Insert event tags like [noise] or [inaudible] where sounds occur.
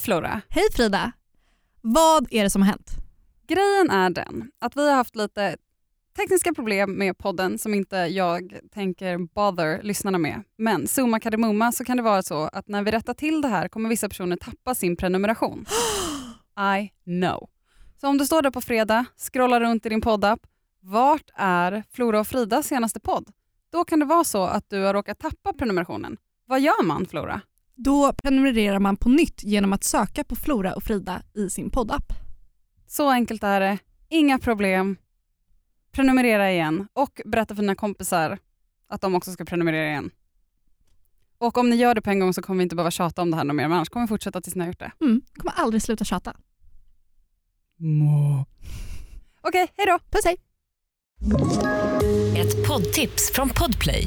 Flora! Hej Frida! Vad är det som har hänt? Grejen är den att vi har haft lite tekniska problem med podden som inte jag tänker bother lyssnarna med. Men summa kardemumma så kan det vara så att när vi rättar till det här kommer vissa personer tappa sin prenumeration. [gasps] I know. Så om du står där på fredag, scrollar runt i din poddapp, vart är Flora och Fridas senaste podd? Då kan det vara så att du har råkat tappa prenumerationen. Vad gör man Flora? Då prenumererar man på nytt genom att söka på Flora och Frida i sin poddapp. Så enkelt är det. Inga problem. Prenumerera igen och berätta för dina kompisar att de också ska prenumerera igen. Och om ni gör det på en gång så kommer vi inte behöva tjata om det här något mer, men annars kommer vi fortsätta tills ni har gjort det. Mm, kommer aldrig sluta tjata. Okej, hej då! Puss hej! Ett poddtips från Podplay.